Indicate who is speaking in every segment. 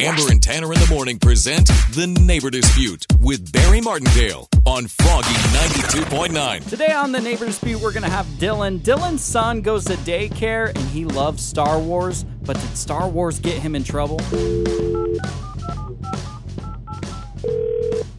Speaker 1: Amber and Tanner in the morning present The Neighbor Dispute with Barry Martindale on Froggy 92.9.
Speaker 2: Today on the Neighbors Beat, we're gonna have Dylan. Dylan's son goes to daycare and he loves Star Wars, but did Star Wars get him in trouble?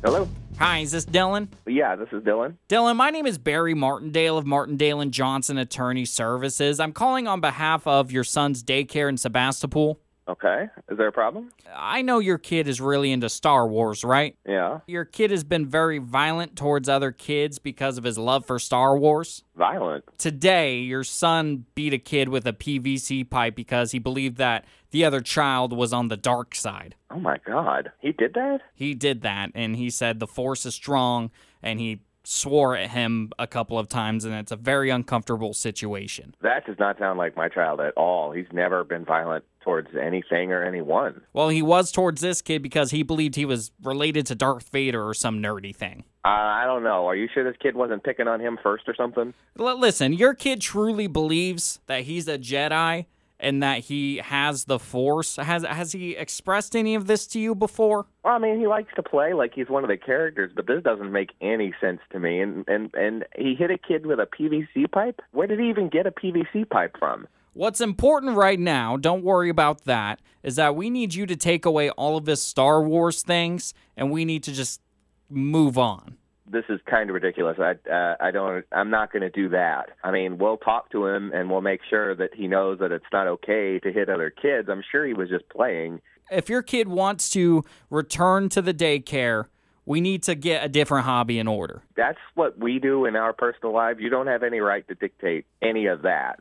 Speaker 3: Hello.
Speaker 2: Hi, is this Dylan?
Speaker 3: Yeah, this is Dylan.
Speaker 2: Dylan, my name is Barry Martindale of Martindale and Johnson Attorney Services. I'm calling on behalf of your son's daycare in Sebastopol.
Speaker 3: Okay. Is there a problem?
Speaker 2: I know your kid is really into Star Wars, right?
Speaker 3: Yeah.
Speaker 2: Your kid has been very violent towards other kids because of his love for Star Wars.
Speaker 3: Violent.
Speaker 2: today your son beat a kid with a PVC pipe because he believed that the other child was on the dark side.
Speaker 3: Oh my God. He did that?
Speaker 2: He did that and he said the force is strong and he swore at him a couple of times and it's a very uncomfortable situation.
Speaker 3: That does not sound like my child at all. He's never been violent towards anything or anyone.
Speaker 2: Well, he was towards this kid because he believed he was related to Darth Vader or some nerdy thing.
Speaker 3: Uh, I don't know. Are you sure this kid wasn't picking on him first or something?
Speaker 2: L- listen, your kid truly believes that he's a Jedi and that he has the force. Has has he expressed any of this to you before?
Speaker 3: Well, I mean, he likes to play like he's one of the characters, but this doesn't make any sense to me. And and and he hit a kid with a PVC pipe. Where did he even get a PVC pipe from?
Speaker 2: What's important right now, don't worry about that, is that we need you to take away all of his Star Wars things and we need to just move on.
Speaker 3: this is kind of ridiculous. I uh, I don't I'm not going to do that. I mean, we'll talk to him and we'll make sure that he knows that it's not okay to hit other kids. I'm sure he was just playing.
Speaker 2: If your kid wants to return to the daycare, we need to get a different hobby in order.
Speaker 3: That's what we do in our personal lives. You don't have any right to dictate any of that.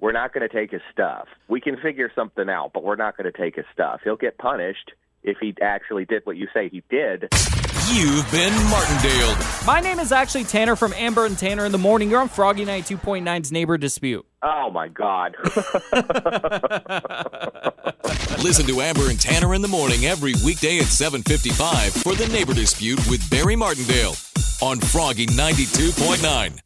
Speaker 3: We're not going to take his stuff. We can figure something out, but we're not going to take his stuff. He'll get punished if he actually did what you say he did.
Speaker 1: You've been Martindale.
Speaker 2: My name is actually Tanner from Amber and Tanner in the Morning. You're on Froggy Night 2.9's Neighbor Dispute.
Speaker 3: Oh my god.
Speaker 1: Listen to Amber and Tanner in the morning every weekday at 7:55 for The Neighbor Dispute with Barry Martindale on Froggy 92.9.